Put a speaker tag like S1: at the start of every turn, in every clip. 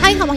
S1: 欢迎好朋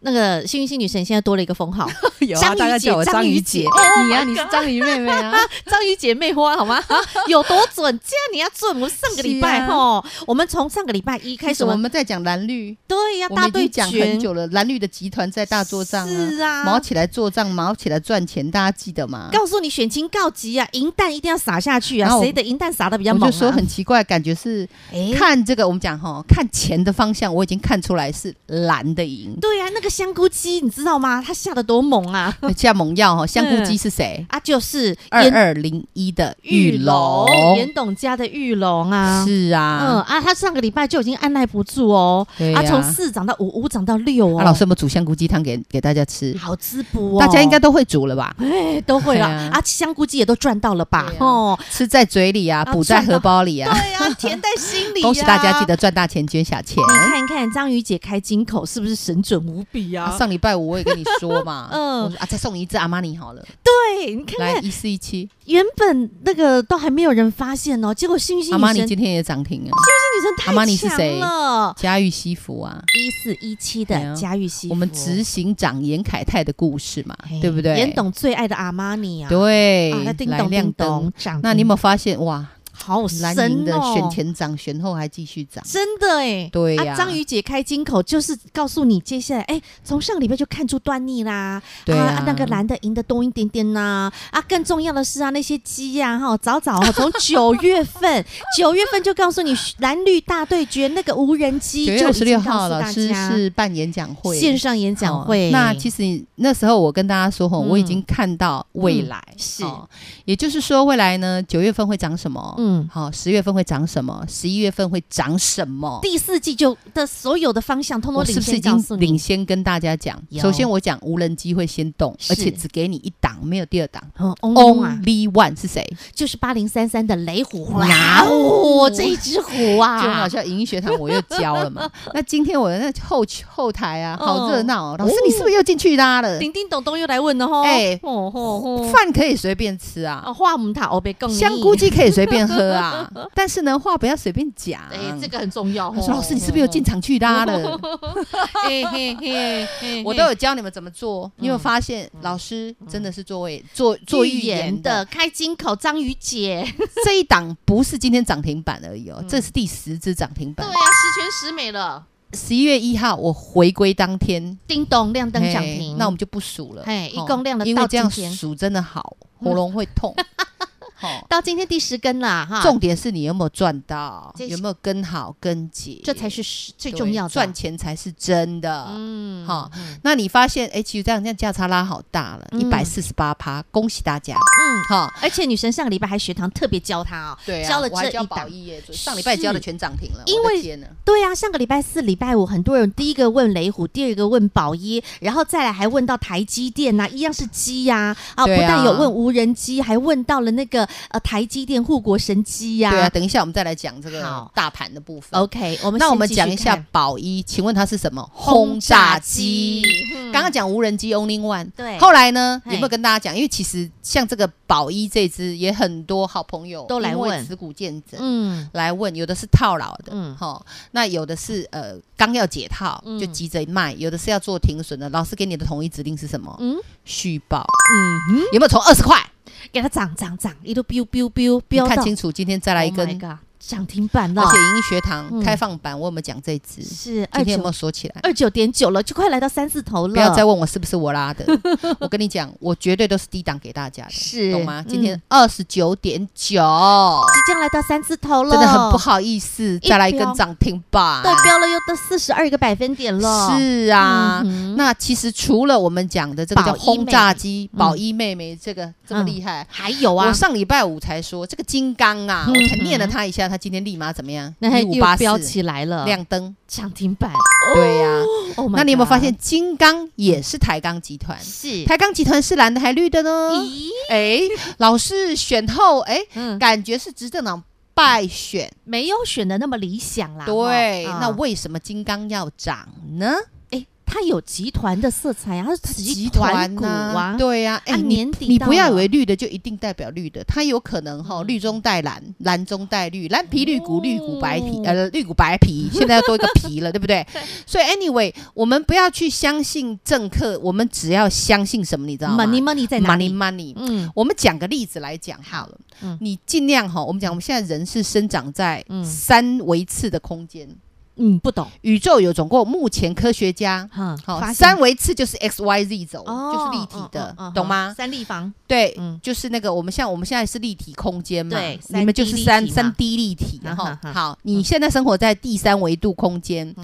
S1: 那个幸运星女神现在多了一个封 号，
S2: 有啊
S1: 章鱼
S2: 大家
S1: 姐
S2: 叫我
S1: 章
S2: 章
S1: 鱼
S2: 鱼
S1: 姐
S2: 姐，
S1: Oh
S2: 你
S1: my
S2: 啊，你是
S1: God
S2: 章鱼妹妹啊，
S1: 章鱼姐妹花好吗？啊有多准？这样你要准。我们上个礼拜
S2: 是啊
S1: 吼，我们从上个礼拜一开
S2: 开
S1: 始，
S2: 始
S1: 我
S2: 我
S1: 们
S2: 们在讲蓝绿，
S1: 对呀，
S2: 我
S1: 大
S2: 们已
S1: 对
S2: 经讲很
S1: 决
S2: 久了，蓝绿的集团在大做账啊，
S1: 是啊
S2: 毛起来做账，毛起来赚钱，大家记得吗？
S1: 告诉你选情告急啊，银弹一定要撒下去
S2: 然
S1: 啊，
S2: 后我
S1: 谁的银弹撒的比较
S2: 我
S1: 猛
S2: 就
S1: 啊？
S2: 说很奇怪，感觉是
S1: 哎
S2: 看这个，我们讲哈，看钱的方向，我已经看出来是蓝的赢。
S1: 对啊呀，那个香菇鸡你知道吗？它下的多猛啊！
S2: 那加盟药哈，香菇鸡是谁？
S1: 啊，就是
S2: 二
S1: 严
S2: 二零一的玉龙，
S1: 严董家的玉龙啊，
S2: 是
S1: 嗯
S2: 啊，
S1: 啊，他上个礼拜就已经按耐不住哦，
S2: 对
S1: 啊，
S2: 呀
S1: 从四涨到五，五涨到六哦，
S2: 啊，老师有没有煮香菇鸡汤给给大家吃？
S1: 好滋补哦，
S2: 大家应该都会煮了吧？
S1: 哎都会了
S2: 对啊
S1: 啊，香菇鸡也都赚到了吧
S2: 对？啊
S1: 哦，
S2: 吃在嘴里啊，
S1: 啊
S2: 补在荷包里啊。
S1: 对啊， 甜在心里，
S2: 恭喜大家记。得赚大钱，捐小钱。
S1: 你看一看章鱼姐开金口是不是神准无比
S2: 啊
S1: 啊？，
S2: 上礼拜五我也跟你说嘛
S1: 嗯
S2: 我说啊，再送你一只阿玛尼好了，
S1: 对，你看
S2: 来
S1: 看，
S2: 一四一七，
S1: 原本那个都还没有人发现哦，结果星星
S2: 阿
S1: 女
S2: 玛
S1: 神，
S2: 尼
S1: 星星
S2: 今天也涨停啊，
S1: 女神
S2: 阿玛尼
S1: 太
S2: 是
S1: 强
S2: 谁
S1: 了，
S2: 嘉裕西服啊，
S1: 一四一七
S2: 对
S1: 的
S2: 啊
S1: 嘉裕西服，
S2: 我们执行长严凯泰的故事嘛
S1: 嘿，
S2: 对不对？
S1: 严董哎最爱的阿玛尼啊，
S2: 对
S1: 啊，那，叮
S2: 来
S1: 咚叮
S2: 亮
S1: 咚
S2: 灯。
S1: 涨停，
S2: 那你有没有发现哇？
S1: 好
S2: 蓝
S1: 神
S2: 银的
S1: 哦，
S2: 选前涨，选后还继续涨。
S1: 真的哎，
S2: 对呀
S1: 啊章鱼姐开金口就是告诉你，接下来哎，从上礼拜就看出端倪啦，
S2: 对啊
S1: 那个蓝的赢的多一点点呐，啊，更重要的是啊，那些鸡呀哈，早早哦 从九月份，九月份就告诉你蓝绿大对决那个无人机，
S2: 九
S1: 就
S2: 月
S1: 已
S2: 二十六
S1: 经告
S2: 号，
S1: 诉
S2: 老
S1: 大
S2: 师
S1: 家
S2: 是办演讲会，
S1: 线上演讲会，
S2: 哦那其实那时候我跟大家说，吼，
S1: 嗯
S2: 我已经看到未来，
S1: 是
S2: 哦也就是说未来呢，九月份会涨什么？
S1: 嗯。
S2: 好，十月份会涨什么？十一月份会涨什么？
S1: 第四季就的所有的方向，通通
S2: 我是
S1: 领
S2: 不是已
S1: 先告
S2: 经
S1: 诉
S2: 领
S1: 你。
S2: 先跟大家讲？
S1: 有
S2: 首先我讲无人机会先动，
S1: 是
S2: 而且只给你一档，没有第二档。
S1: 哦，嗡嗡啊，
S2: Only one 是谁？
S1: 就是八零三三的雷虎，啊哇
S2: 哇
S1: 哦，这一只虎
S2: 就很
S1: 啊
S2: 好，笑，影音学堂我又教 了嘛。那今天我的那后后台啊，
S1: 哦
S2: 好热闹、哦。老师
S1: 哦，
S2: 你是不是又进去拉了？
S1: 叮叮咚咚又来问了吼，
S2: 哎
S1: 吼吼吼，
S2: 饭可以随便吃啊，
S1: 啊，话母塔欧贝更
S2: 香菇，鸡可以随便喝啊， 但是呢，话不要随便讲。
S1: 哎，这个很重要。
S2: 我说老师，你是不是又进？场去拉了？
S1: 嘿嘿嘿嘿，
S2: 我都有教你们怎么做，你有没
S1: 嗯
S2: 有发现老师真的是做位做做预言
S1: 的
S2: 的
S1: 开金口章鱼姐，
S2: 这一档不是今天涨停板而已哦
S1: 嗯，
S2: 这是第十只涨停
S1: 对
S2: 板
S1: 呀，。十全十美了，
S2: 十一月一号我回归当天
S1: 叮咚亮灯涨
S2: 嘿
S1: 停，
S2: 那我们就不数了。
S1: 嘿一
S2: 哦
S1: 共量的
S2: 因
S1: 到
S2: 为这样
S1: 今天
S2: 数真的好，喉咙会痛。好，
S1: 到今天第十根啦哈，
S2: 重点是你有没有赚到
S1: 啊这，是
S2: 有没有跟好跟紧，
S1: 这才是实最
S2: 对
S1: 重要的
S2: 赚，钱才是真的。
S1: 嗯
S2: 好
S1: 嗯
S2: 那你发现，哎，其实这样这样价差拉好大了，
S1: 嗯
S2: 一百四十八趴，恭喜大 家！
S1: 嗯。
S2: 哈，
S1: 而且女神上个礼拜还学堂特别教她哦，
S2: 对啊，
S1: 教了
S2: 我还
S1: 这
S2: 教
S1: 一
S2: 宝
S1: 档。
S2: 一耶，上礼拜教的全涨停了，
S1: 因
S2: 我的
S1: 为
S2: 天呐
S1: 对啊，上个礼拜四、礼拜五，很多人第一个问雷虎，第二个问宝一，然后再来还问到台积电呐、一样是鸡呀、啊，
S2: 对
S1: 不
S2: 啊
S1: 但有问无人机，还问到了那个呃台积电护国神机呀、
S2: 对啊，等一下我们再来讲这个
S1: 好
S2: 大盘的部分。
S1: OK，我们
S2: 那
S1: 先
S2: 我们
S1: 继续
S2: 讲一下
S1: 看
S2: 宝一，请问它是什么？轰炸机。，
S1: 嗯
S2: 刚刚讲无人机 Only One，
S1: 对
S2: 后来呢
S1: 嘿
S2: 有没有跟大家讲？因为其实像这个宝一这只，也很多好朋友
S1: 都来
S2: 因为
S1: 问
S2: 持股见证，
S1: 嗯
S2: 来问，有的是套牢的，
S1: 嗯
S2: 嗯，哈，那有的是呃刚要解套
S1: 嗯
S2: 就急着卖，有的是要做停损的。老师给你的统一指令是什么？
S1: 嗯
S2: 续报
S1: 嗯
S2: 有没有从二十块？
S1: 哼，给它涨涨涨，一路 biu biu biu
S2: 你
S1: biu
S2: 看
S1: 到
S2: 清楚，今天再来一根
S1: Oh，my God，涨停板了
S2: 而，且盈音学
S1: 嗯
S2: 堂开放版，我有没有讲这只？
S1: 是二
S2: 今天有没有
S1: 九
S2: 锁起 来？
S1: 二九点九了，就快来到三四头了，
S2: 不要再问我是不是我拉的，我跟你讲，我绝对都是低档给大家的，
S1: 是
S2: 懂吗？
S1: 嗯
S2: 今天二十九点九，
S1: 即将来到三字头了，
S2: 真的很不，好意思，再来一根涨停板，
S1: 对标了又到四十二个百分点了。
S2: 是啊，
S1: 嗯哼嗯
S2: 那其实除了我们讲的这个叫
S1: 宝一妹
S2: 轰炸机
S1: 嗯
S2: 宝一妹妹这个这么厉害，
S1: 还有啊
S2: 我，上礼拜五才说这个金刚啊，
S1: 嗯
S2: 我才念了他一下，他今天立马怎么样？
S1: 那它
S2: 五
S1: 又
S2: 八
S1: 飙
S2: 四
S1: 起来了，
S2: 亮灯，
S1: 涨停板。
S2: 对呀、
S1: Oh my
S2: 那你有没有发
S1: God
S2: 现金刚也是台钢集团？
S1: 是？
S2: 台钢集团是蓝的还绿的呢？
S1: 咦，
S2: 哎，老是选后，哎，
S1: 嗯，
S2: 感觉是执政党败选。
S1: 没有选的那么理想啦。
S2: 对，
S1: 哦
S2: 那为什么金刚要涨呢？
S1: 哎，它有集团的色彩啊，它是股啊，
S2: 对呀，哎，
S1: 啊
S2: 你
S1: 年底
S2: 你不要
S1: 到
S2: 以
S1: 了
S2: 为绿的就一定代表绿的，它有可能哈，
S1: 嗯
S2: 绿中带蓝，蓝中带绿，蓝皮绿骨，绿骨白皮
S1: 哦，
S2: 呃， 绿骨白皮，现在要多一个皮了，对不 对？所以 anyway，我们不要去相信政客，我们只要相信什么，你知道吗
S1: money money 在哪
S2: money
S1: 里？
S2: money。
S1: 嗯，
S2: 我们讲个例子来讲好了，
S1: 嗯
S2: 你尽量哈，我们讲我们现在人是生长在
S1: 嗯
S2: 三维次的空间，
S1: 嗯，不懂
S2: 宇宙有总共目前科学家
S1: 哈，
S2: 好
S1: 发现
S2: 三维次就是 x y z 轴，
S1: 哦
S2: 就是立体的
S1: 嗯嗯，嗯
S2: 懂吗？
S1: 三立方，
S2: 对，
S1: 嗯
S2: 就是那个我们像我们现在是立体空间嘛
S1: 对，
S2: 你们就是三
S1: 3D 立体嘛
S2: 三 D 立体，然后
S1: 啊哈哈嗯
S2: 好，你现在生活在第三维度空间。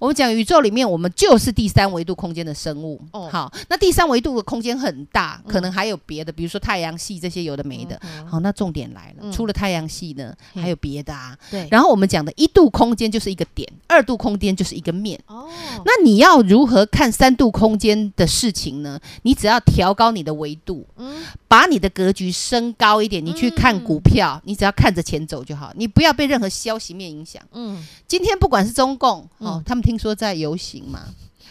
S2: 我们讲宇宙里面，我们就是第三维度空间的生物。
S1: 哦嗯
S2: 好，那第三维度的空间很大，可能还有别的，比如说太阳系这些有的没的。好，那重点来了，
S1: 嗯
S2: 除了太阳系呢，
S1: 嗯
S2: 还有别的啊。
S1: 对，
S2: 然后我们讲的一度空间就是一个点，二度空间就是一个面。
S1: 哦，
S2: 那你要如何看三度空间的事情呢？你只要调高你的维度，
S1: 嗯
S2: 把你的格局升高一点。你去看股
S1: 嗯
S2: 票，你只要看着钱走就好，你不要被任何消息面影响。
S1: 嗯，
S2: 今天不管是中共、哦
S1: 嗯，
S2: 他们听说在游行嘛，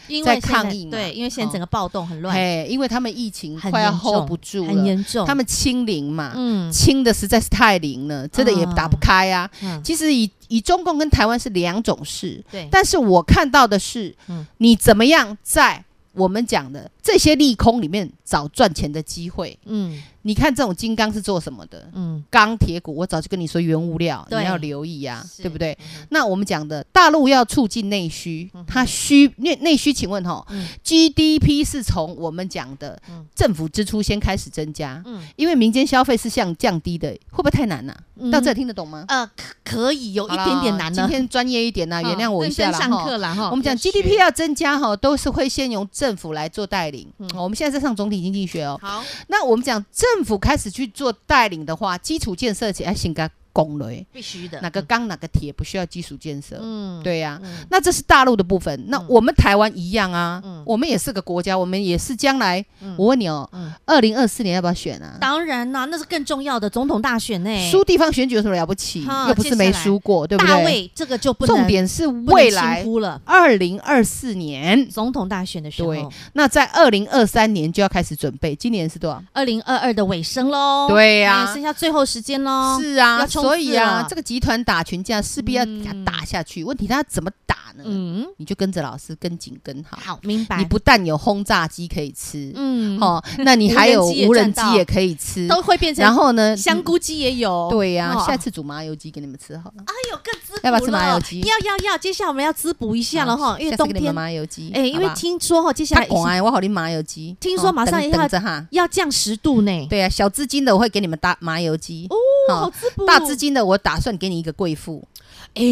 S1: 因
S2: 在
S1: 为现在
S2: 抗议嘛
S1: 对，因为现
S2: 哦
S1: 在整个暴动很乱，
S2: 哎，因为他们疫情
S1: 很
S2: 快要
S1: 严
S2: hold
S1: 重
S2: 不住
S1: 很
S2: 了，
S1: 严重，
S2: 他们清零嘛，
S1: 嗯
S2: 清的实在是太灵了，真的也打不开啊。
S1: 嗯
S2: 其实以以中共跟台湾是两种事，
S1: 对，
S2: 但是我看到的是，
S1: 嗯
S2: 你怎么样在我们讲的这些利空里面找赚钱的机会？
S1: 嗯
S2: 你看这种金刚是做什么的？
S1: 嗯，
S2: 钢铁股，我早就跟你说原物料你
S1: 对
S2: 要留意呀、
S1: 是
S2: 对不对？那我们讲的大陆要促进内需，它需内内需，请问哈、
S1: 嗯
S2: g d p 是从我们讲的
S1: 嗯
S2: 政府支出先开始增加，
S1: 嗯
S2: 因为民间消费是向降低的，会不会太难了、
S1: 嗯
S2: 到这听得懂吗？
S1: 呃可可以有一点点难
S2: 好啦
S1: 呢，
S2: 今天专业一点啦，
S1: 啊
S2: 原谅我一下啦
S1: 认真上
S2: 哈
S1: 课啦哈，
S2: 我们讲
S1: 哦要学
S2: GDP 要增加哈，都是会先由政府来做带领。
S1: 嗯
S2: 哦我们现在在上总体经济学哦。
S1: 好，
S2: 那我们讲政府开始去做带领的话，基础建设起来先给它拱雷，
S1: 必须的，
S2: 哪个钢哪个铁不需要基础建设，
S1: 嗯，
S2: 对呀、
S1: 嗯，
S2: 那这是大陆的部分，那
S1: 嗯
S2: 我们台湾一样啊，
S1: 嗯
S2: 我们也是个国家，我们也是将来。
S1: 嗯
S2: 我问你哦
S1: 嗯，
S2: 二零二四年要不要选啊？
S1: 当然啦，那是更重要的总统大选呢，
S2: 输地方选举有什么了不起？
S1: 哈
S2: 又不是没输过，对不
S1: 大
S2: 对？
S1: 卫这个就不能
S2: 重点是
S1: 不能
S2: 未
S1: 轻
S2: 来
S1: 忽了，
S2: 二零二四年，
S1: 总统大选的时
S2: 对
S1: 候，
S2: 那在二零二三年就要开始准备，今年是多少？
S1: 二零二二的尾声喽，
S2: 对
S1: 哎剩下最后时间喽，
S2: 是啊，
S1: 哦要冲
S2: 所以
S1: 刺
S2: 啊，
S1: 了
S2: 这个集团打群架势必要给它
S1: 嗯
S2: 打下去。问题它怎么打呢？
S1: 嗯，
S2: 你就跟着老师跟紧跟好，
S1: 好，明白，
S2: 你不但有轰炸机可以吃，
S1: 嗯，
S2: 哦，那你还有
S1: 无人机也
S2: 无人机
S1: 赚到
S2: 也可以吃，
S1: 都会变成
S2: 然后呢，
S1: 香菇鸡也有，
S2: 嗯。对呀、
S1: 哦
S2: 下次煮麻油鸡给你们吃好了，
S1: 哎呦，更滋补
S2: 要不要吃麻油
S1: 了
S2: 鸡
S1: 要要要，接下来我们要滋补一下了哦哈，因为
S2: 下次
S1: 冬
S2: 给你
S1: 天
S2: 们，麻油鸡，
S1: 哎，因为
S2: 好不好
S1: 听说哈，接下来
S2: 他管哎，我好你麻油鸡，
S1: 听说
S2: 哦
S1: 马上
S2: 等
S1: 要
S2: 等着哈，
S1: 要降十度呢，
S2: 对呀、啊小资金的我会给你们打麻油鸡，
S1: 哦，
S2: 好
S1: 好滋补，
S2: 大资金的我打算给你一个贵妇，
S1: 哎，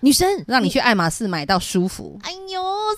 S1: 女生，
S2: 让你去爱马仕买到舒服。
S1: 哎呦，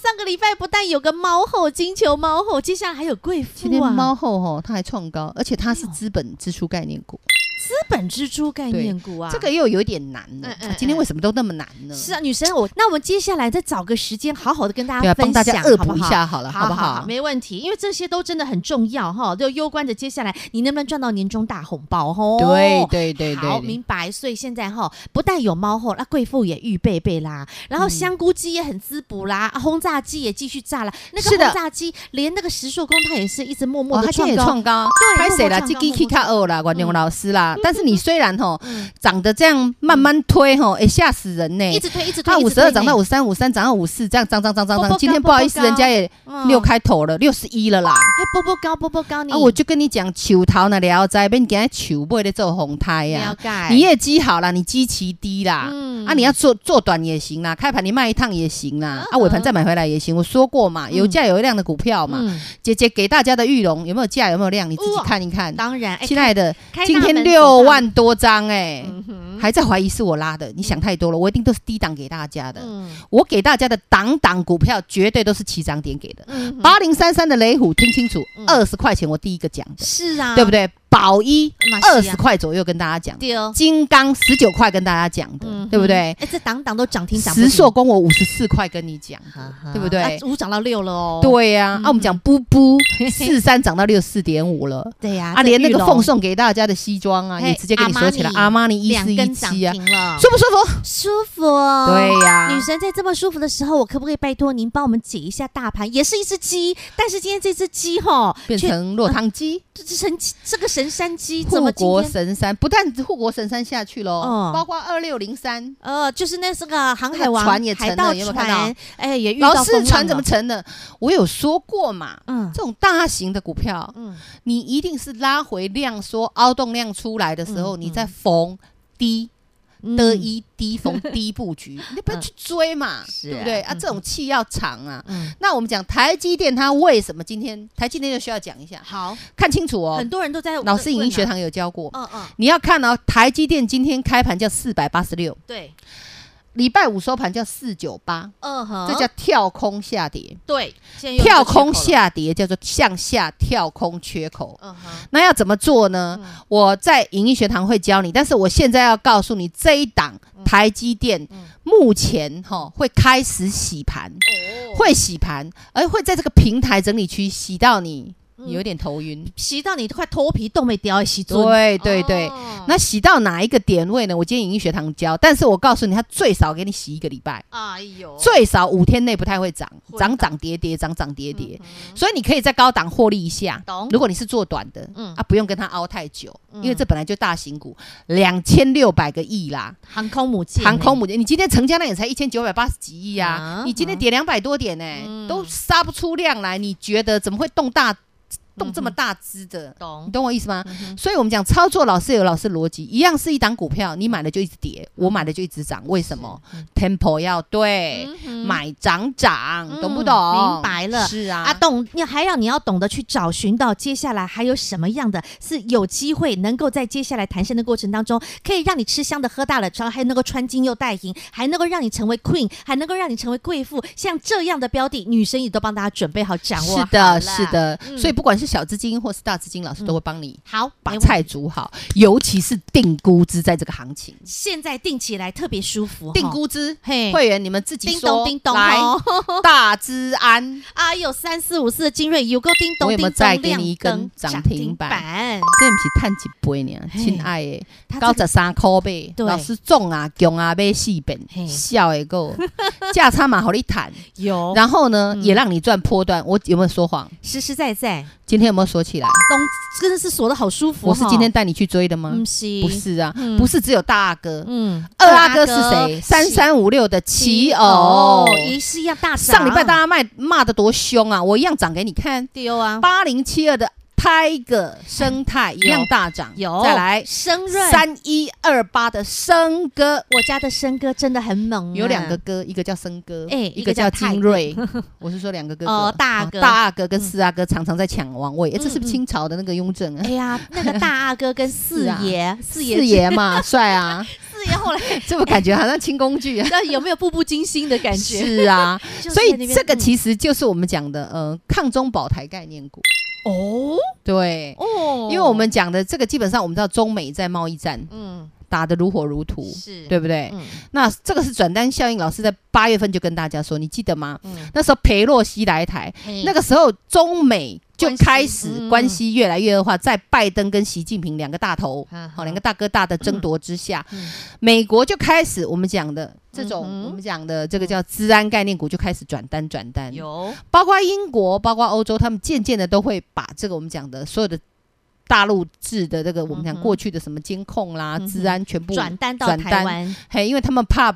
S1: 上个礼拜不但有个猫后金球猫后，接下来还有贵
S2: 今
S1: 妇
S2: 天
S1: 啊，
S2: 猫后吼，它还创
S1: 嗯
S2: 高，而且它是资本支出概念股，
S1: 资本支出概念股啊，
S2: 这个又有一点难呢
S1: 嗯。嗯
S2: 啊今天为什么都那么难呢？
S1: 是啊，女生我那我们接下来再找个时间好好的跟大
S2: 对
S1: 家
S2: 啊，
S1: 分
S2: 帮
S1: 享，
S2: 大家恶
S1: 好不
S2: 补一
S1: 好？
S2: 下好了，
S1: 好
S2: 好不好？
S1: 没问题，因为这些都真的很重要哈，就攸关着接下来你能不能赚到年终大红包哦。
S2: 对对对
S1: 好，
S2: 对，
S1: 明白。所以现在哈，不但有猫后，那贵妇也预备备啦，然
S2: 嗯
S1: 后香菇鸡也很滋补啦，啊轰炸机也继续炸啦。那个
S2: 是
S1: 轰
S2: 的
S1: 炸机连那个石硕工它也是一直默默
S2: 哦，
S1: 的
S2: 它今天
S1: 创
S2: 也
S1: 高，
S2: 创高，
S1: 对
S2: 拍谁
S1: 默
S2: 啦？
S1: 默
S2: 这
S1: 创
S2: 个
S1: 高
S2: K
S1: 默默
S2: K 二啦，管用老师啦。但是你虽然吼
S1: 嗯
S2: 长得这样慢慢推吼，哎吓死人呢
S1: 一。直推一直推，
S2: 它
S1: 一
S2: 五
S1: 直
S2: 十二
S1: 推
S2: 涨
S1: 呢
S2: 到五三，五三涨到五四，这样涨涨涨涨
S1: 波
S2: 涨。
S1: 波
S2: 今天
S1: 高
S2: 不好
S1: 波
S2: 意思，
S1: 波
S2: 人家也
S1: 嗯
S2: 六开头了，六十一了啦。
S1: 哎波波高波波高，你
S2: 啊，我就跟你讲，树头那聊斋，免惊树尾咧做红胎
S1: 了
S2: 哎呀、
S1: 解，
S2: 你业绩好啦，你基期低啦，
S1: 嗯
S2: 啊，你要做做短也行啦，开盘你卖一趟也行啦，啊，尾盘再买回来也行。我说过嘛，有价有量的股票嘛，
S1: 嗯
S2: 姐姐给大家的玉龙有没有价有没有量，你自己
S1: 哇
S2: 看一看。
S1: 当然，哎，
S2: 亲爱的，
S1: 开
S2: 今
S1: 大
S2: 天
S1: 门
S2: 六万多张哎、
S1: 嗯哼，
S2: 还在怀疑是我拉的，你想太多了，我一定都是低档给大家的。
S1: 嗯
S2: 我给大家的档档股票绝对都是起涨点给的。
S1: 嗯哼，
S2: 八零三三的雷虎，听清楚
S1: 嗯，
S2: 二十块钱我第一个讲的，
S1: 是啊，
S2: 对不？对？宝一
S1: 马西亚
S2: 二十块左右跟大家讲的，
S1: 对哦，
S2: 金刚十九块跟大家讲的
S1: 嗯，
S2: 对不对？
S1: 哎，这档档都涨停涨不
S2: 石
S1: 停，
S2: 硕跟我五十四块跟你讲的
S1: 哈哈，
S2: 对不对
S1: 啊？五涨到六了哦，
S2: 对呀，
S1: 嗯
S2: 啊，我们讲布布 四三涨到六四点五了。
S1: 对呀，
S2: 啊，
S1: 这
S2: 连那个
S1: 玉龙
S2: 奉送给大家的西装啊，
S1: 嘿
S2: 也直接跟你说起来，
S1: 阿
S2: 阿玛尼一
S1: 两
S2: 四一
S1: 根涨
S2: 七啊，
S1: 停了，
S2: 舒不舒服？
S1: 舒服哦。
S2: 对呀
S1: 女神在这么舒服的时候，我可不可以拜托您帮我们解一下大盘？也是一只鸡，但是今天这只鸡哈，
S2: 变
S1: 却
S2: 成落汤鸡，
S1: 这这神奇这个神山鸡怎
S2: 护
S1: 么今
S2: 国
S1: 天
S2: 神山不但护国神山下去
S1: 哦
S2: 喽，包括二六零三，
S1: 呃，就是那是个航海王
S2: 那个船也沉
S1: 海
S2: 了
S1: 盗
S2: 有没有看
S1: 船
S2: 到，
S1: 哎，也遇到
S2: 老
S1: 风
S2: 是
S1: 浪
S2: 船怎么
S1: 了？
S2: 沉的？我有说过嘛，
S1: 嗯
S2: 这种大型的股票，
S1: 嗯
S2: 你一定是拉回量缩、凹动量出来的时候，
S1: 嗯
S2: 你再逢低
S1: 嗯
S2: 的一低 逢低布局，你不要去追嘛，
S1: 是
S2: 对不对
S1: 啊
S2: 啊？
S1: 嗯
S2: 这种气要长啊。
S1: 嗯，
S2: 那我们讲台积电，它为什么今天台积电就需要讲一下，
S1: 嗯好，
S2: 看清楚哦
S1: 很。多人都在
S2: 老师
S1: 问
S2: 影
S1: 啊
S2: 音学，堂有教过，
S1: 嗯嗯，
S2: 你要看哦，台积电今天开盘叫四百八十六，
S1: 对，
S2: 礼拜五收盘叫四九八，
S1: 嗯哼，
S2: 这叫跳空下跌。
S1: 对，现在又有
S2: 跳空
S1: 哎缺口了，
S2: 下跌叫做向下跳空缺口。
S1: 嗯哼，
S2: 那要怎么做呢？
S1: 嗯
S2: 我在影音学堂会教你，但是我现在要告诉你，这一档台积电
S1: 嗯
S2: 目前哈会开始洗盘，
S1: 哦
S2: 会洗盘，而会在这个平台整理区洗到你，
S1: 嗯
S2: 你有点头晕。
S1: 洗到你快脱皮都没掉的时候，
S2: 对对对，
S1: 哦
S2: 那洗到哪一个点位呢？我今天影音学堂教，但是我告诉你，它最少给你洗一个礼拜，
S1: 哎呦，
S2: 最少五天内不太会涨，
S1: 会
S2: 涨涨跌跌，涨涨跌跌。
S1: 嗯
S2: 所以你可以在高档获利一下。
S1: 懂
S2: 如果你是做短的，
S1: 嗯
S2: 啊，不用跟它熬太久，
S1: 嗯
S2: 因为这本来就大型股，两千六百个亿啦，
S1: 航空母舰，
S2: 航空母舰，你今天成交量也才一千九百八十几亿
S1: 啊
S2: 啊，你今天跌两百多点呢、
S1: 嗯
S2: 都杀不出量来，你觉得怎么会动大动这
S1: 嗯
S2: 么大只的？你
S1: 懂，
S2: 懂我意思吗？
S1: 嗯哼
S2: 所以我们讲操作老师有老师逻辑，一样是一档股票，你买了就一直跌，
S1: 嗯
S2: 我买了就一直涨，为什么？tempo 要对，
S1: 嗯哼
S2: 买涨涨，
S1: 嗯
S2: 懂不懂？
S1: 明白了
S2: 是啊，
S1: 啊，懂，你还要你要懂得去找寻到接下来还有什么样的是有机会能够在接下来弹升的过程当中，可以让你吃香的喝大了，然后还能够穿金又戴银，还能够让你成为 queen，还能够让你成为贵妇，像这样的标的，女生也都帮大家准备好掌握。
S2: 是的，是，的，
S1: 嗯
S2: 所以不管是小资金或是大资金，老师都会帮你
S1: 好，
S2: 把
S1: 没问题。
S2: 菜煮好，尤其是定估值在这个行情，
S1: 现在定起来特别舒服哦，
S2: 定估值
S1: 嘿。
S2: 会员你们自己
S1: 叮
S2: 说
S1: 咚叮咚
S2: 来
S1: 哦，
S2: 大资安，
S1: 哎呦，三四五四的精锐有够叮咚
S2: 我有没
S1: 叮
S2: 有
S1: 咚，
S2: 再给
S1: 亮
S2: 你一根
S1: 灯
S2: 涨
S1: 涨
S2: 停
S1: 停
S2: 板
S1: 板。
S2: 这不是探几杯呢？
S1: 嘿
S2: 亲爱的，
S1: 它
S2: 高
S1: 这个
S2: 十三块呗，
S1: 对
S2: 老师中啊，强啊，买四本
S1: 嘿，
S2: 笑诶 够，价差嘛好你谈，
S1: 有
S2: 然后呢
S1: 嗯
S2: 也让你赚波段，我有没有说谎？
S1: 实实在在，
S2: 今天有没有说起来？
S1: 东真的是锁的好舒服哦。
S2: 我是今天带你去追的吗
S1: 不？是，
S2: 不，是啊
S1: 嗯，
S2: 不是只有大阿哥，
S1: 嗯，
S2: 二阿哥是谁？三
S1: 喜
S2: 三五六的奇偶。
S1: 也是一样大涨。
S2: 上礼拜大家卖骂的多凶啊，我一样涨给你看。
S1: 丢啊，
S2: 八零七二的 Tiger 生态一样大涨，
S1: 有
S2: 再来
S1: 生润，
S2: 三一二八的生哥，
S1: 我家的生哥真的很猛啊，
S2: 有两个哥，一个叫生哥，
S1: 哎
S2: 一个叫
S1: 一
S2: 金
S1: 个叫
S2: 瑞。 我是说两个哥哥，
S1: 哦大阿
S2: 啊
S1: 哥
S2: 大阿哥跟四阿哥常常在抢王位，哎，这是不
S1: 嗯
S2: 是
S1: 嗯
S2: 清朝的那个雍正啊
S1: 哎？呀，那个大阿哥跟四
S2: 是啊
S1: 爷，四
S2: 四
S1: 爷，
S2: 爷嘛，帅啊，
S1: 四爷后来，。
S2: 这么感觉好像清宫剧啊
S1: 那有没有步步惊心的感觉？
S2: 是啊，
S1: 就是在
S2: 所
S1: 那
S2: 以
S1: 边
S2: 这个
S1: 嗯
S2: 其实就是我们讲的呃抗中保台概念股，
S1: 哦
S2: 对。
S1: 哦
S2: 因为我们讲的这个，基本上我们知道中美在贸易战
S1: 嗯
S2: 打得如火如荼，
S1: 是
S2: 对不对？
S1: 嗯
S2: 那这个是转单效应，老师在八月份就跟大家说，你记得吗？
S1: 嗯
S2: 那时候裴洛西来台，
S1: 嘿
S2: 那个时候中美就开始
S1: 嗯关系嗯
S2: 关系越来越恶化，在拜登跟习近平两个大头，
S1: 哈哈
S2: 好两个大哥大的争夺之下，
S1: 嗯
S2: 美国就开始我们讲的这种、
S1: 嗯哼
S2: 我们讲的这个叫治安概念股就开始转单转单，
S1: 有
S2: 包括英国，包括欧洲，他们渐渐的都会把这个我们讲的所有的大陆制的这个我们
S1: 嗯
S2: 讲
S1: 哼
S2: 过去的什么监控啦、
S1: 嗯哼
S2: 治安全部
S1: 转单到
S2: 转
S1: 台
S2: 单
S1: 湾，
S2: 嘿，因为他们怕，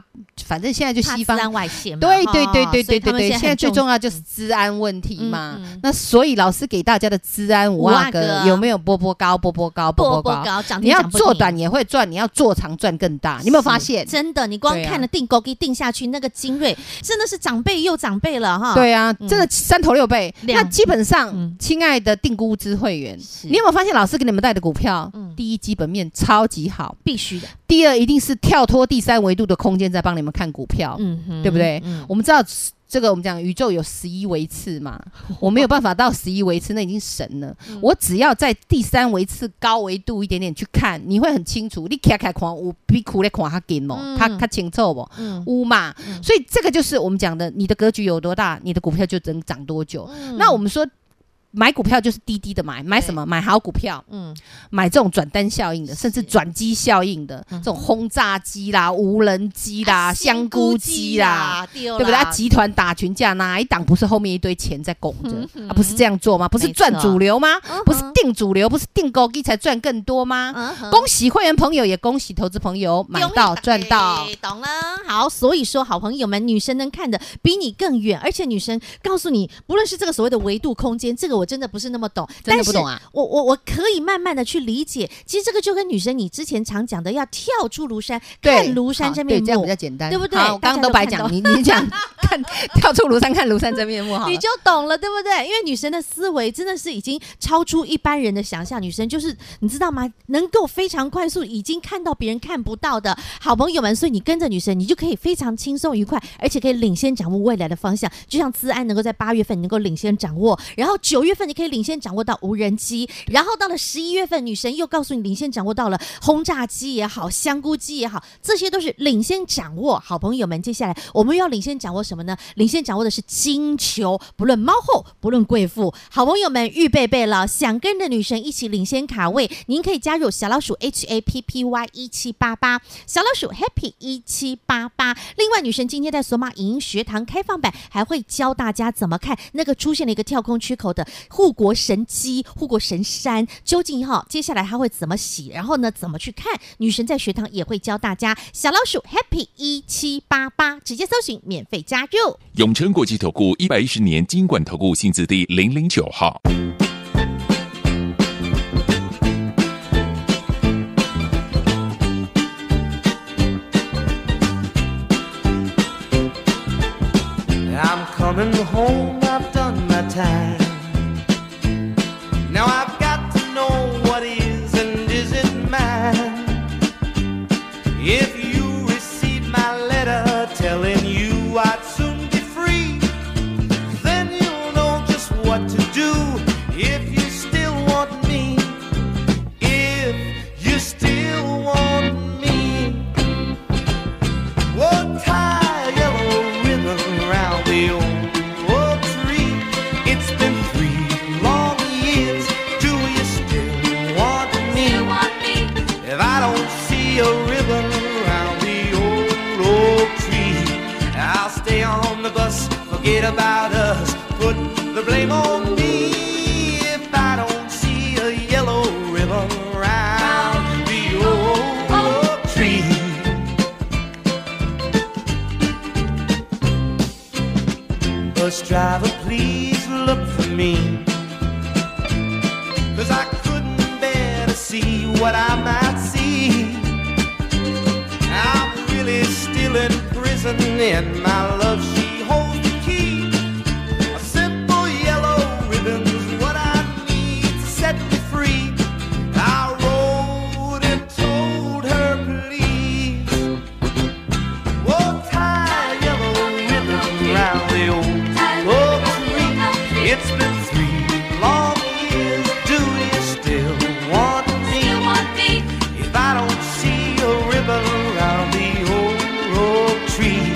S2: 反正现在就
S1: 怕
S2: 西方
S1: 治，安外泄嘛，
S2: 对
S1: 哈
S2: 对对对
S1: 所以
S2: 对
S1: 他
S2: 对
S1: 们
S2: 对，现在
S1: 很
S2: 最
S1: 重嗯
S2: 重要就是治安问题嘛。
S1: 嗯嗯
S2: 那所以老师给大家的治安五
S1: 五阿
S2: 阿
S1: 哥
S2: 哥有没有波波高波波高波
S1: 波
S2: 波
S1: 波
S2: 高？
S1: 高，涨
S2: 你
S1: 停
S2: 要
S1: 涨不
S2: 做
S1: 停
S2: 短也会赚，你要做长赚更大。你有没有发现？
S1: 真的，你光
S2: 对啊
S1: 看了定勾给定下去，那个精锐真的是长辈又长辈了哈。，
S2: 对啊，
S1: 嗯
S2: 真的三头六臂。
S1: 两
S2: 那基本
S1: 嗯
S2: 上，亲爱的定估值会员，
S1: 是
S2: 你有没有发现老师给你们带的股票，
S1: 嗯
S2: 第一基本面超级好，
S1: 必须的，
S2: 第二一定是跳脱第三维度的空间在帮你们看股票。
S1: 嗯哼
S2: 对不对
S1: 嗯
S2: 我们知道这个，我们讲宇宙有十一维 次嘛，我没有办法到十一维次，那已经神了。
S1: 嗯
S2: 我只要在第三维次高维度一点点去看，你会很清楚。你看看看，有比苦咧看较紧哦，
S1: 嗯
S2: 较较清楚不？
S1: 嗯
S2: 有嘛？
S1: 嗯
S2: 所以这个就是我们讲的，你的格局有多大，你的股票就能涨多久。
S1: 嗯
S2: 那我们说。买股票就是低低的买，买什么？买好股票，
S1: 嗯
S2: 买这种转单效应的，
S1: 是
S2: 甚至转机效应的，
S1: 嗯啊
S2: 这种轰炸机啦、无人机啦、香菇机啦，，
S1: 对
S2: 对不对？啊集团打群架，哪一档不是后面一堆钱在拱着、
S1: 嗯
S2: 啊？不是这样做吗？不是赚主流吗？不是定主流，不是定高低才赚更多吗？
S1: 公
S2: 恭喜会员朋友，也恭喜投资朋友买到
S1: 哎
S2: 赚到。，
S1: 懂了。
S2: 啊
S1: 好，所以说好朋友们，女生能看的比你更远，而且女生告诉你，不论是这个所谓的维度空间，这个我真的不是那么懂，
S2: 真的不懂
S1: 但是
S2: 啊！
S1: 我我我可以慢慢的去理解，其实这个就跟女生你之前常讲的要跳出庐山，看庐山真面
S2: 对，这样
S1: 目
S2: 比，较简单，
S1: 对不对
S2: 好我刚刚都白
S1: 大
S2: 讲，
S1: 家
S2: 你你讲看跳出庐山看庐山真面目好 了
S1: 你就懂了，对不对？因为女神的思维真的是已经超出一般人的想象，女神就是你知道吗？能够非常快速，已经看到别人看不到的好朋友们，所以你跟着女神，你就可以非常轻松愉快，而且可以领先掌握未来的方向。就像资安能够在八月份能够领先掌握，然后九月份你可以领先掌握到无人机，然后到了十一月份，女神又告诉你领先掌握到了轰炸机也好，香菇机也好，这些都是领先掌握。好朋友们，接下来我们又要领先掌握什么呢？领先掌握的是金球，不论猫后，不论贵妇。好朋友们，预备备了，想跟着女神一起领先卡位，您可以加入小老鼠 H A P P Y 一七八八，小老鼠 Happy 一七八八。另外，女神今天在索马影音学堂开放版还会教大家怎么看那个出现了一个跳空缺口的护国神机、护国神山，究竟哈接下来它会怎么洗，然后呢怎么去看？女神在学堂也会教大家。小老鼠 Happy 一七八八，直接搜寻免费加入。
S3: 永诚国际投顾一百一十年金管投顾性质第零零九号。
S4: I'm coming home, I've done my time. Now I've got to know what is and isn't mine. If you receive my letter telling you I'd soon be free, then you'll know just what to do if you still want me. If you still want me. We'll tie a yellow ribbon round the old tree. It's been three long years. Do you still want me? If I don't see a ribbon round the old oak tree, I'll stay on the bus. Forget about us. Put the blame on me. If I don't see a yellow ribbon round the old oak tree. Bus driver, please look for me. Cause I couldn't bear to see what I might see. I'm really still in prison, and my love, she holds the key. A simple yellow ribbon's what I need to set me free. I wrote and told her, please. Oh, tie a yellow ribbon round the old oak tree. It's been three long years. Do you still want me? If I don't see a ribbon round the old oak tree,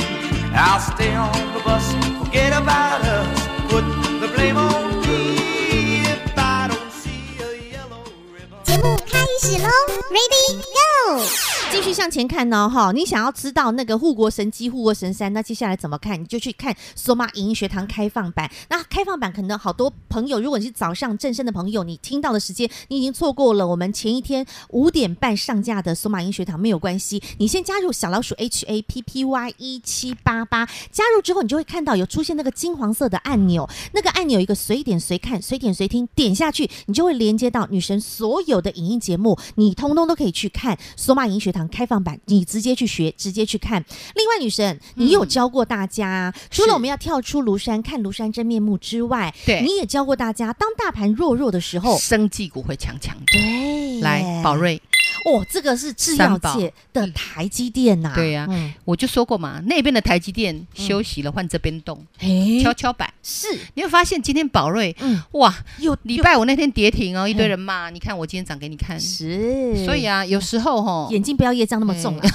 S4: I'll stay on the bus. Forget about us. Put the blame on me. If I don't see a yellow ribbon.
S5: 节目开始喽，Ready Go！
S1: 继续向前看呢，哈，你想要知道那个护国神机、护国神山，那接下来怎么看？你就去看索马影音学堂开放版。那开放版可能好多朋友，如果你是早上正身的朋友，你听到的时间你已经错过了。我们前一天五点半上架的索马影音学堂没有关系，你先加入小老鼠 H A P P Y 一七八八，加入之后你就会看到有出现那个金黄色的按钮，那个按钮有一个随点随看、随点随听，点下去你就会连接到女神所有的影音节目，你通通都可以去看索马影音学堂。堂开放版，你直接去学，直接去看。另外，女神，你有教过大家，
S2: 嗯
S1: 除了我们要跳出庐山看庐山真面目之外，
S2: 对
S1: 你也教过大家，当大盘弱弱的时候，
S2: 生技股会强强的。
S1: 对，
S2: 来，宝，瑞，
S1: 哦，这个是制药
S2: 三宝
S1: 界的台积电呐、
S2: 对呀
S1: 嗯，
S2: 我就说过嘛，那边的台积电休息了，换这边动，
S1: 哎、
S2: 跷跷板。
S1: 是，
S2: 你会发现今天宝瑞，
S1: 嗯，
S2: 哇，
S1: 有
S2: 礼拜五那天跌停哦，一堆人骂，你看我今天涨给你看。
S1: 是，
S2: 所以
S1: 啊，
S2: 啊，哎有时候哈，
S1: 眼睛不要业障那么重啊。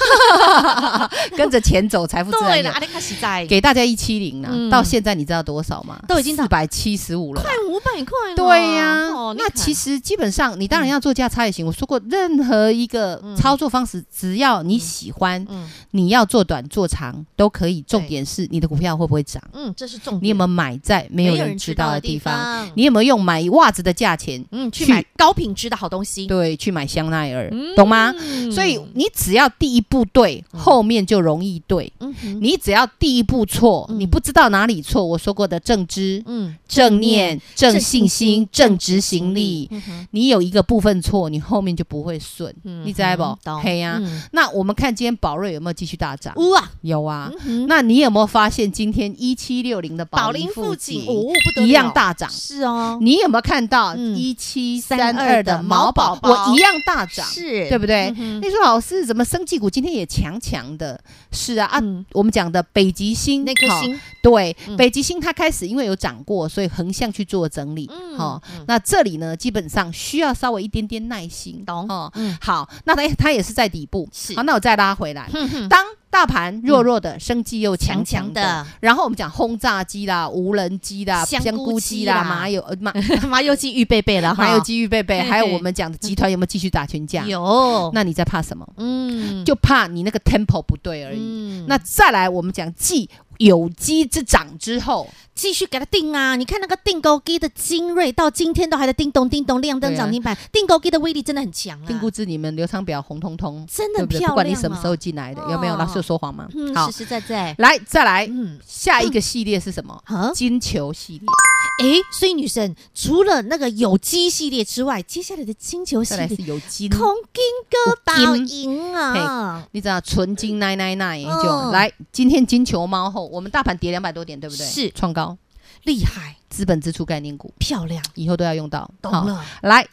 S2: 跟着钱走，财富自然
S1: 对了，啊
S2: 有
S1: 阿。力开始在
S2: 哎给大家一七零
S1: 嗯
S2: 啊，到现在你知道多少吗？
S1: 都已经到
S2: 四百七十五了吧。
S1: 快五百块了，
S2: 对呀、
S1: 哦
S2: 那
S1: 你看
S2: 其。实基本上你当然要做价差也行。我说过，任何一个操作方式，只要你喜欢，
S1: 嗯
S2: 你要做短做长都可以。重
S1: 对
S2: 点是你的股票会不会涨，
S1: 嗯，这是重点。
S2: 你有没有买在没有人知道的地方，你有没有用买袜子的价钱，
S1: 嗯去
S2: 去
S1: 买高品质的好东西，
S2: 对，去买香奈儿，
S1: 嗯
S2: 懂吗？
S1: 嗯
S2: 所以你只要第一步对，
S1: 嗯
S2: 后面就容易对。
S1: 嗯哼
S2: 你只要第一步错，
S1: 嗯
S2: 你不知道哪里错，我说过的正知、
S1: 嗯
S2: 正念、正信心、正执
S1: 行
S2: 行力，
S1: 嗯哼
S2: 你有一个部分错，你后面就不会顺，
S1: 嗯
S2: 你知道不
S1: 嗯？懂
S2: 嘿呀、
S1: 嗯
S2: 那我们看今天宝瑞有没有继续大涨？
S1: 呜啊，
S2: 有啊。
S1: 嗯哼
S2: 那你有没有发现今天一七六零的
S1: 宝
S2: 宝林
S1: 林
S2: 附
S1: 附
S2: 近
S1: 近哦不得了
S2: 一样大涨？
S1: 是哦，
S2: 你有没有看到
S1: 嗯
S2: 一七嗯三
S1: 32的
S2: 二的
S1: 毛
S2: 毛
S1: 宝
S2: 宝
S1: 宝
S2: 我一样大涨，
S1: 是
S2: 对不对？
S1: 嗯哼
S2: 你说老师怎么生技股今天也强强的？是啊啊，
S1: 嗯
S2: 我们讲的北极星
S1: 那颗
S2: 好
S1: 星，
S2: 对，
S1: 嗯
S2: 北极星它开始因为有涨过，所以横向去做整理。
S1: 嗯
S2: 好、
S1: 嗯
S2: 那这里呢，基本上需要稍微一点点耐心。
S1: 懂
S2: 哦，
S1: 嗯
S2: 好，那它它也是在底部。
S1: 是
S2: 好，那我再拉回来。
S1: 嗯哼哼
S2: 当大盘弱弱的，生技又强
S1: 强强
S2: 强
S1: 的
S2: 的，然后我们讲轰炸机啦、无人机啦、
S1: 香菇机啦
S2: 啦、麻油 呃麻
S1: 麻油鸡预备备了哈，
S2: 麻油机预备备，
S1: 嘿
S2: 还有
S1: 嘿
S2: 我们讲的集团有没有继续打群架？。
S1: 有
S2: 那你在怕什么？
S1: 嗯
S2: 就怕你那个 tempo 不对而已。
S1: 嗯
S2: 那再来，我们讲继有机之涨之后，
S1: 继续给它定啊！你看那个定钩机的精锐，到今天都还在叮咚叮咚亮灯
S2: 对啊
S1: 涨停板，定钩机的威力真的很强啊！
S2: 定估值你们流仓表红彤彤，
S1: 真的
S2: 对
S1: 很
S2: 不对？
S1: 漂亮、啊，
S2: 不管你什么时候进来的，有没有？
S1: 哦
S2: 老师有说谎吗？
S1: 嗯，
S2: 好
S1: 实，实在在，
S2: 来再来，
S1: 嗯
S2: 下一个系列是什么？
S1: 啊，
S2: 金球系列，
S1: 诶，所以女神除了那个有机系列之外，接下来的金球系
S2: 再来
S1: 列
S2: 是，有金，
S1: 空金哥宝
S2: 有金
S1: 银啊，
S2: 你知道纯金奶奶奶
S1: 嗯
S2: 那种。来，今天金球猫后，我们大盘跌两百多点，对不对？
S1: 是
S2: 创高，
S1: 厉害
S2: 资本支出概念股
S1: 漂亮，
S2: 以后都要用到。
S1: 懂
S2: 好
S1: 了，嗯
S2: 来，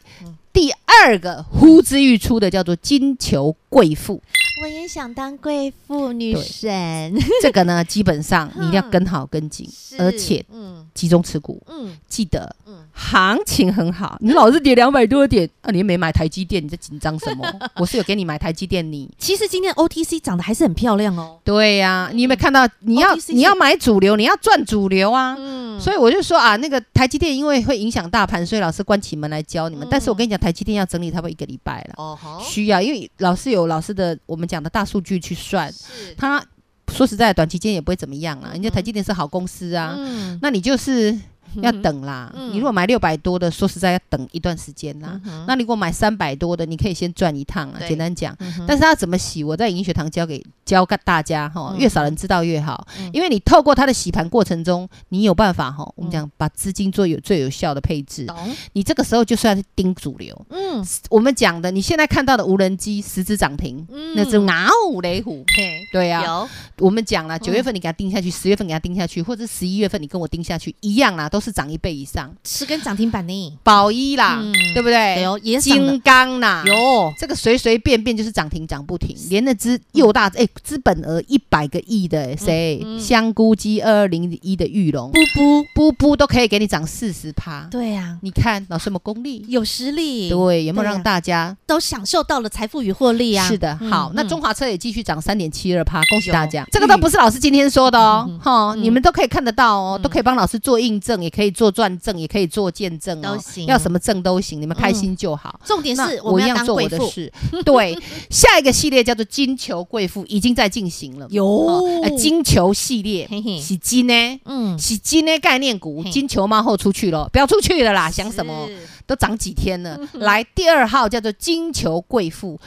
S2: 第二个呼之欲出的叫做金球贵妇。
S1: 我也想当贵妇女
S2: 对
S1: 神，
S2: 这个呢，基本上你一定要跟好跟紧，而且
S1: 嗯
S2: 集中持股。
S1: 嗯
S2: 记得
S1: 嗯，
S2: 行情很好，你老是跌两百多点，啊，你又没买台积电，你在紧张什么？ 我是有给你买台积电，你
S1: 其实今天 OTC 涨得还是很漂亮哦，
S2: 对呀、你有没有看到？你要
S1: OTC
S2: 你要买主流，你要赚主流啊！
S1: 嗯，
S2: 所以我就说啊，那个台积电因为会影响大盘，所以老师关起门来教你们。
S1: 嗯
S2: 但是我跟你讲，台积电要整理差不多一个礼拜了，
S1: 哦吼，
S2: 需要，因为老师有老师的我们讲的大数据去算，
S1: 是
S2: 它说实在，短期间也不会怎么样啊。人家
S1: 嗯哼
S2: 台积电是好公司啊，
S1: 嗯
S2: 那你就是要等啦。
S1: 嗯
S2: 你如果买六百多的，说实在要等一段时间啦。
S1: 哼
S2: 啊那你如果买三百多的，你可以先赚一趟啊。
S1: 对
S2: 简单讲，
S1: 嗯哼
S2: 但是它怎么洗，我在银学堂教给教给大家哈
S1: 嗯，
S2: 越少人知道越好
S1: 嗯，
S2: 因为你透过它的洗盘过程中，你有办法哈，我们
S1: 嗯
S2: 讲把资金做有最有效的配置。
S1: 懂，
S2: 你这个时候就是要去盯主流。
S1: 嗯
S2: 我们讲的，你现在看到的无人机十只涨停，
S1: 嗯
S2: 那是嗷呜雷虎。
S1: 对
S2: 对啊呀、
S1: 有
S2: 我们讲
S1: 嗯
S2: 了，九月份你给它定下去，十月份给它定下去，或者十一月份你跟我定下去，一样啦，都是涨一倍以上。
S1: 是跟涨停板呢，
S2: 宝一啦，
S1: 嗯
S2: 啊对不对？
S1: 有也涨了
S2: 金啊刚啦，
S1: 有嗯
S2: 这个随随便便就是涨停涨不停，连那只又大哎，资本额一百个亿的谁，
S1: 嗯
S2: 香菇鸡二二零一的玉龙，
S1: 不不，
S2: 布布都可以给你涨四十趴。
S1: 对呀，
S2: 你看老师有没有功力？
S1: 有实力，
S2: 对，有没有
S1: 对呀
S2: 让大家？
S1: 都享受到了财富与获利啊。
S2: 是的，
S1: 嗯
S2: 好，那
S1: 嗯
S2: 中华车也继续涨三点七二趴，恭喜大家
S1: 有！
S2: 这个都不是老师今天说的哦
S1: 嗯，
S2: 哈，
S1: 嗯
S2: 你们都可以看得到哦，
S1: 嗯
S2: 都可以帮老师做印证，也可以做转证，也可以做见证哦
S1: 都行，
S2: 要什么证都行，你们开心就好。
S1: 重点是
S2: 那
S1: 我
S2: 我
S1: 们
S2: 一
S1: 要
S2: 样
S1: 当
S2: 做
S1: 贵
S2: 我的
S1: 妇，
S2: 事， 对。下一个系列叫做金球贵妇，已经在进行了。哦
S1: 有
S2: 呃金球系列
S1: 嘿嘿，
S2: 洗金呢？
S1: 嗯，
S2: 洗金呢概念股
S1: 嘿，
S2: 金球猫后出去了，不要出去了啦！想什么？
S1: 是？
S2: 都涨几天
S1: 嗯
S2: 了。来，第二号叫做金球贵妇，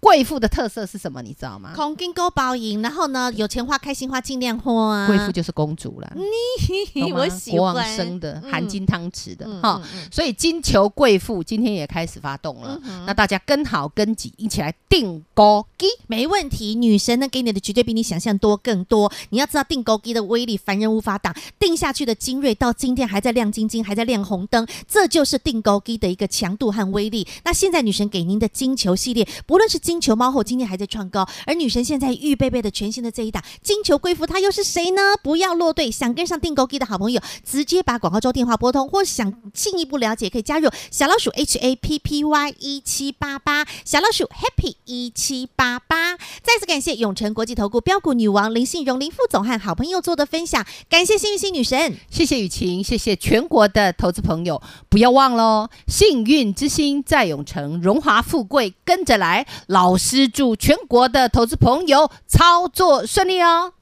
S2: 贵妇的特色是什么？你知道吗？
S1: 孔金勾包赢，然后呢，有钱花，开心花，尽量花啊。
S2: 贵妇就是公主啦，
S1: 嘿嘿，
S2: 懂吗
S1: 我喜
S2: 国
S1: 欢
S2: 王生汤的，含金汤匙的
S1: 嗯
S2: 哈。
S1: 嗯嗯
S2: 所以金球贵妇今天也开始发动了，那大家跟好跟紧，一起来订高低。
S1: 没问题，女神呢给你的绝对比你想象多更多。你要知道定勾机的威力，凡人无法挡。定下去的精锐到今天还在亮晶晶，还在亮红灯，这就是定勾机的一个强度和威力。那现在女神给您的金球系列，不论是金球猫后今天还在创高，而女神现在预备备的全新的这一档金球贵妇，她又是谁呢？不要落队，想跟上定勾机的好朋友，直接把广告中电话拨通，或想进一步了解，可以加入小老鼠 H A P P Y 一七八八，小老鼠 Happy 一七八八。再次感谢永诚国际投顾标股女王林信荣林副总和好朋友做的分享，感谢幸运星女神。
S2: 谢谢雨晴，谢谢全国的投资朋友，不要忘喽！幸运之星在永城，荣华富贵跟着来。老师祝全国的投资朋友操作顺利哦！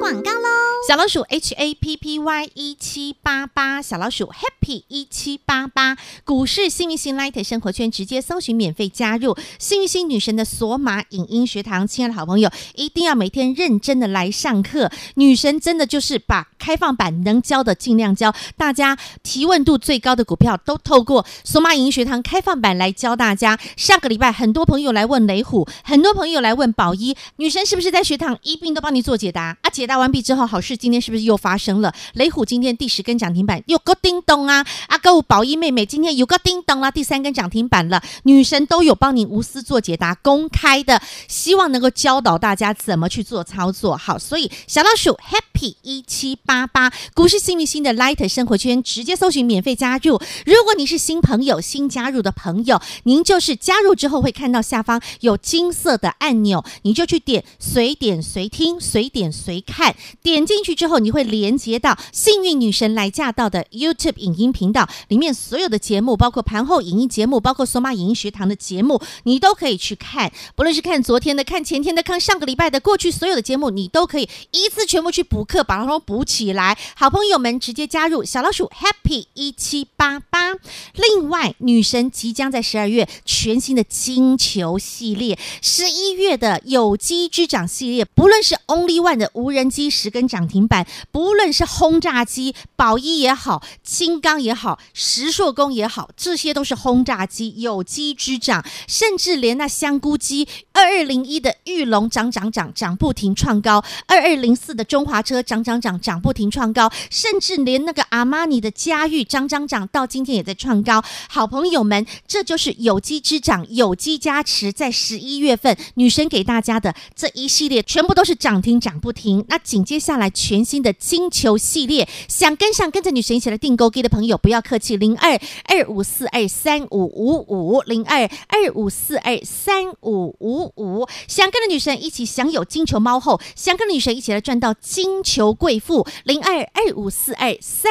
S5: 广告喽！
S1: 小老鼠 H A P P Y 一七八八，小老鼠 Happy 一七八八，股市幸运星 Light 生活圈直接搜寻免费加入幸运星女神的索马影音学堂。亲爱的好朋友，一定要每天认真的来上课。女神真的就是把开放版能教的尽量教，大家提问度最高的股票都透过索马影音学堂开放版来教大家。上个礼拜很多朋友来问雷虎，很多朋友来问宝一，女神是不是在学堂一并都帮你做解答啊？解答完毕之后，好事今天是不是又发生了？雷虎今天第十根涨停板又个叮咚啊！阿哥宝一妹妹今天有个叮咚啦、第三根涨停板了。女神都有帮你无私做解答，公开的，希望能够教导大家怎么去做操作。好，所以小老鼠 Happy 一七八八股市幸运星的 Light 生活圈直接搜寻免费加入。如果你是新朋友、新加入的朋友，您就是加入之后会看到下方有金色的按钮，你就去点随点随听、随点随看。点进去之后，你会连接到幸运女神来驾到的 YouTube 影音频道，里面所有的节目，包括盘后影音节目，包括索马影音学堂的节目，你都可以去看。不论是看昨天的、看前天的、看上个礼拜的，过去所有的节目，你都可以一次全部去补课，把它都补起来。好朋友们直接加入小老鼠 Happy 一七八八。另外，女神即将在十二月全新的金球系列，十一月的有机之长系列，不论是 Only One 的无人机十根涨停板，不论是轰炸机宝一也好，金刚也好，石硕工也好，这些都是轰炸机有机之长，甚至连那香菇鸡二二零一的玉龙涨涨涨涨不停创高，二二零四的中华车涨涨涨涨不停创高，甚至连那个阿玛尼的嘉裕涨涨涨到今天也在创高。好朋友们，这就是有机之长、有机加持，在十一月份女神给大家的这一系列，全部都是涨停涨不停。那紧接下来全新的金球系列，想跟上跟着女神一起来订购机的朋友，不要客气，零二二五四二三五五五零二二五四二三五五五，想跟着女神一起享有金球猫后，想跟着女神一起来赚到金球贵妇，零二二五四二三